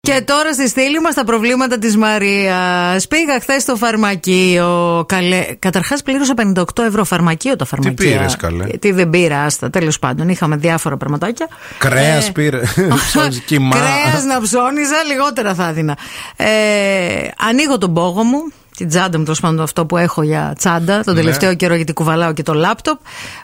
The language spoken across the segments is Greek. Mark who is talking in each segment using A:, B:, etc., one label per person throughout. A: Και τώρα στη στήλη μας τα προβλήματα της Μαρίας. Πήγα χθες στο φαρμακείο. Καλέ... Καταρχάς πλήρωσα 58 ευρώ φαρμακείο τα φαρμακεία.
B: πήρες, καλέ?
A: Ε, Τι δεν πήρα, άστα. Τέλος πάντων, είχαμε διάφορα πραγματάκια.
B: Κρέας
A: Ε.
B: πήρε. Ψώνεις Κοιμά.
A: Κρέας να ψώνιζα, λιγότερα θα έδινα. Ε, ανοίγω τον πόγο μου, την τσάντα μου, τέλος πάντων αυτό που έχω για τσάντα, τον
B: Ναι.
A: τελευταίο καιρό γιατί κουβαλάω και το λάπτοπ.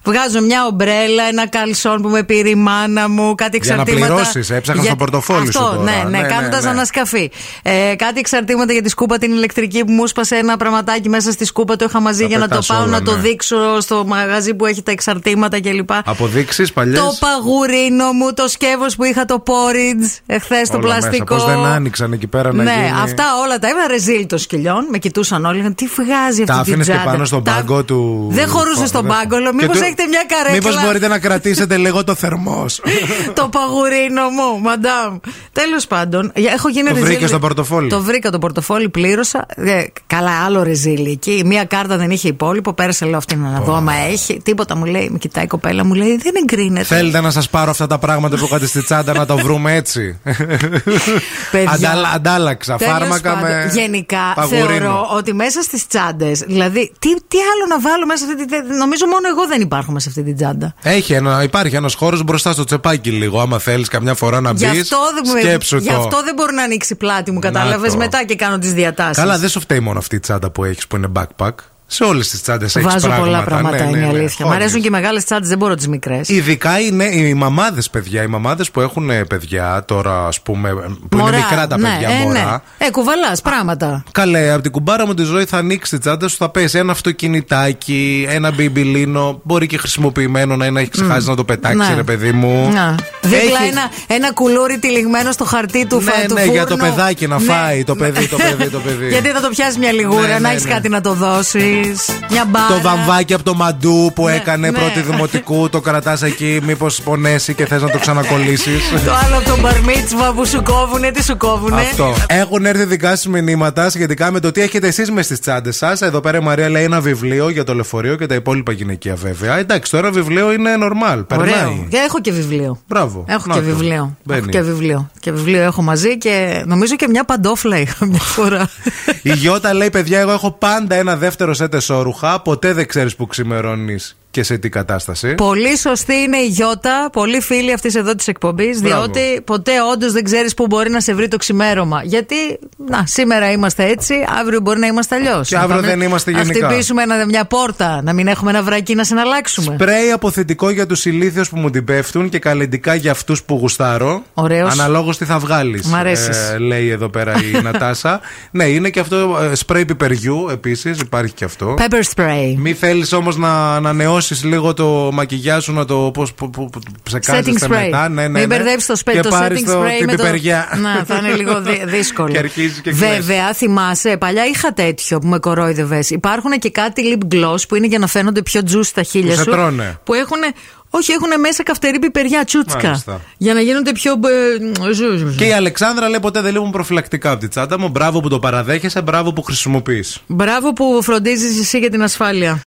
A: Βγάζω μια ομπρέλα, ένα καλσόν που με πήρε η μάνα μου, κάτι
B: Για να
A: εξαρτήματα.
B: πληρώσεις, έψαχνες
A: Για-
B: το πορτοφόλι σου
A: αυτό,
B: τώρα.
A: Ναι, ναι,
B: Ναι, ναι,
A: κάνοντας
B: ναι.
A: ανασκαφή. Ε, κάτι εξαρτήματα για τη σκούπα την ηλεκτρική που μου έσπασε ένα πραγματάκι μέσα στη σκούπα, το είχα μαζί
B: Τα
A: για να το
B: πετάς
A: πάω
B: όλα,
A: να το
B: ναι.
A: δείξω στο μαγαζί που έχει τα εξαρτήματα κλπ.
B: Αποδείξεις παλιές.
A: Το παγουρίνο μου, το σκεύος που είχα το porridge εχθές το πλαστικό.
B: Πώς δεν άνοιξαν εκεί πέρα να
A: ναι,
B: γίνει.
A: αυτά όλα τα έβαλα ρεζίλ των σκυλιών. Με κοιτούσαν όλοι. λέγανε, Τι βγάζει αυτή
B: Τα
A: την
B: άφηνες και
A: τσάντα».
B: πάνω στον
A: Τα-
B: πάγκο του.
A: Δεν χωρούσες στον πάγκο. Λέω, Μήπω έχετε μια καρέκλα.
B: Μήπως μπορείτε να κρατήσετε λίγο το θερμός.
A: το παγουρίνο μου, μαντάμ. Τέλος πάντων, για- έχω γίνει
B: Το
A: ρεζίλ.
B: βρήκες στο πορτοφόλι.
A: Το βρήκα το πορτοφόλι, πλήρωσα. Ε, καλά, άλλο ρεζίλι εκεί. Μία κάρτα δεν είχε υπόλοιπο. Πέρασε, λέω αυτήν να δω άμα έχει. Τίποτα μου λέει. Με κοιτάει η κοπέλα μου, λέει δεν εγκρίνεται.
B: Θέλετε να σας πάρω αυτά τα πράγματα που είχατε στη τσάντα να τα βρούμε έτσι.
A: Παιδιά,
B: Αντάλα- αντάλλαξα.
A: τέλος
B: Φάρμακα
A: πάντων,
B: με.
A: Γενικά
B: παγουρίνο.
A: θεωρώ ότι μέσα στις τσάντες. Δηλαδή, τι, τι άλλο να βάλω μέσα σε αυτή την. Νομίζω μόνο εγώ δεν υπάρχω μέσα σε αυτή την τσάντα.
B: Έχει ένα, υπάρχει ένας χώρος μπροστά στο τσεπάκι λίγο. Άμα θέλεις καμιά φορά να μπει.
A: Γι' αυτό, δεν, με-
B: σκέψου
A: γι'
B: το.
A: αυτό δεν μπορώ να ανοίξει πλάτη μου, κατάλαβες
B: το.
A: μετά και κάνω τις διατάσεις.
B: Καλά, δεν σου φταίει μόνο αυτή η τσάντα που έχεις που είναι backpack. Σε όλες τις τσάντες έχεις
A: Βάζω
B: πράγματα.
A: πολλά πράγματα,
B: ναι,
A: είναι η
B: ναι, ναι.
A: αλήθεια. Μ'
B: Χώνεις.
A: αρέσουν και οι μεγάλες τσάντες, δεν μπορώ τις μικρές.
B: Ειδικά είναι οι μαμάδες, παιδιά. Οι μαμάδες που έχουν ε, παιδιά τώρα, ας πούμε, ε, που είναι μικρά τα παιδιά,
A: ναι, ε,
B: μωρά.
A: ναι. Ε, κουβαλάς πράγματα.
B: Καλέ, από την κουμπάρα μου τη ζωή θα ανοίξει τη τσάντα σου, θα πέσει ένα αυτοκινητάκι, ένα μπιμπιλίνο. Μπορεί και χρησιμοποιημένο να είναι, έχει ξεχάσει να το πετάξει,
A: Ναι.
B: ρε παιδί μου.
A: Να. Δίπλα
B: Έχει-
A: ένα, ένα κουλούρι τυλιγμένο στο χαρτί του φα-
B: Ναι,
A: του
B: ναι,
A: φούρνου.
B: για το παιδάκι να
A: Ναι.
B: φάει, το παιδί, το παιδί, το παιδί.
A: Γιατί θα το πιάσει μια λιγούρα,
B: Ναι,
A: να
B: ναι,
A: έχεις
B: ναι.
A: κάτι να το δώσεις. Μια μπάρα.
B: Το βαμβάκι από το μαντού που έκανε
A: ναι.
B: πρώτη δημοτικού, το κρατάς εκεί, μήπως πονέσει και θες να το ξανακολλήσεις.
A: Το άλλο από τον μπαρμίτσβα που σου κόβουνε, τι σου κόβουνε.
B: Αυτό. Έχουν έρθει δικά σας μηνύματα σχετικά με το τι έχετε εσείς μες στις τσάντες σας. Εδώ πέρα η Μαρία λέει ένα βιβλίο για το λεωφορείο και τα υπόλοιπα γυναικεία βέβαια. Εντάξει, τώρα βιβλίο είναι normal.
A: Ωραίο.
B: Περνάει.
A: Και έχω και βιβλίο.
B: Μπράβο.
A: Έχω
B: Να
A: και
B: το.
A: βιβλίο.
B: Μπαίνει.
A: Έχω και βιβλίο. Και βιβλίο έχω μαζί και νομίζω και μια παντόφλα είχα μια φορά.
B: Η Γιώτα λέει: Παιδιά, εγώ έχω πάντα ένα δεύτερο σε τεσόρουχα. Ποτέ δεν ξέρεις που ξημερώνεις και σε τι κατάσταση.
A: Πολύ σωστή είναι η Γιώτα, πολύ φίλη αυτής εδώ της εκπομπής,
B: Μπράβο.
A: διότι ποτέ όντως δεν ξέρεις πού μπορεί να σε βρει το ξημέρωμα. Γιατί, να, σήμερα είμαστε έτσι, αύριο μπορεί να είμαστε αλλιώς.
B: Και αύριο δεν είμαστε γενικά.
A: Να χτυπήσουμε ένα- μια πόρτα, να μην έχουμε ένα βρακί να συναλλάξουμε.
B: Σπρέι αποθετικό για τους ηλίθιους που μου την πέφτουν και καλλιτικά για αυτούς που γουστάρω.
A: Ωραίος.
B: Αναλόγως τι θα βγάλεις.
A: Μ' αρέσεις.
B: λέει εδώ πέρα η Νατάσα. Ναι, είναι και αυτό. ε, Σπρέι πιπεριού επίσης υπάρχει και αυτό.
A: Pepper spray.
B: Μη θέλεις όμως να ανανεώσεις λίγο το μακιγιά σου, να το πώς
A: Setting
B: ψεκάζεσαι
A: spray.
B: μετά. Ναι, ναι,
A: Μην
B: ναι.
A: μπερδέψεις το, σπέ,
B: Και
A: το
B: πάρεις
A: setting
B: το-
A: spray
B: την
A: με το.
B: πιπεριά.
A: Να, θα είναι λίγο δι- δύσκολο.
B: Και αρχίζει και κλαις.
A: Βέβαια, θυμάσαι, παλιά είχα τέτοιο που με κορόιδευες. Υπάρχουν και κάτι lip gloss που είναι για να φαίνονται πιο juice τα χείλια
B: σε
A: σου.
B: τρώνε.
A: Που έχουν. Όχι, έχουν μέσα καυτερή πιπεριά, τσούτσκα.
B: Μάλιστα.
A: Για να γίνονται πιο. ε, ζου-
B: Και η Αλεξάνδρα λέει ποτέ δεν λείπουν προφυλακτικά από τη τσάντα μου. Μπράβο που το παραδέχεσαι, μπράβο που χρησιμοποιείς.
A: Μπράβο που φροντίζεις εσύ για την ασφάλεια.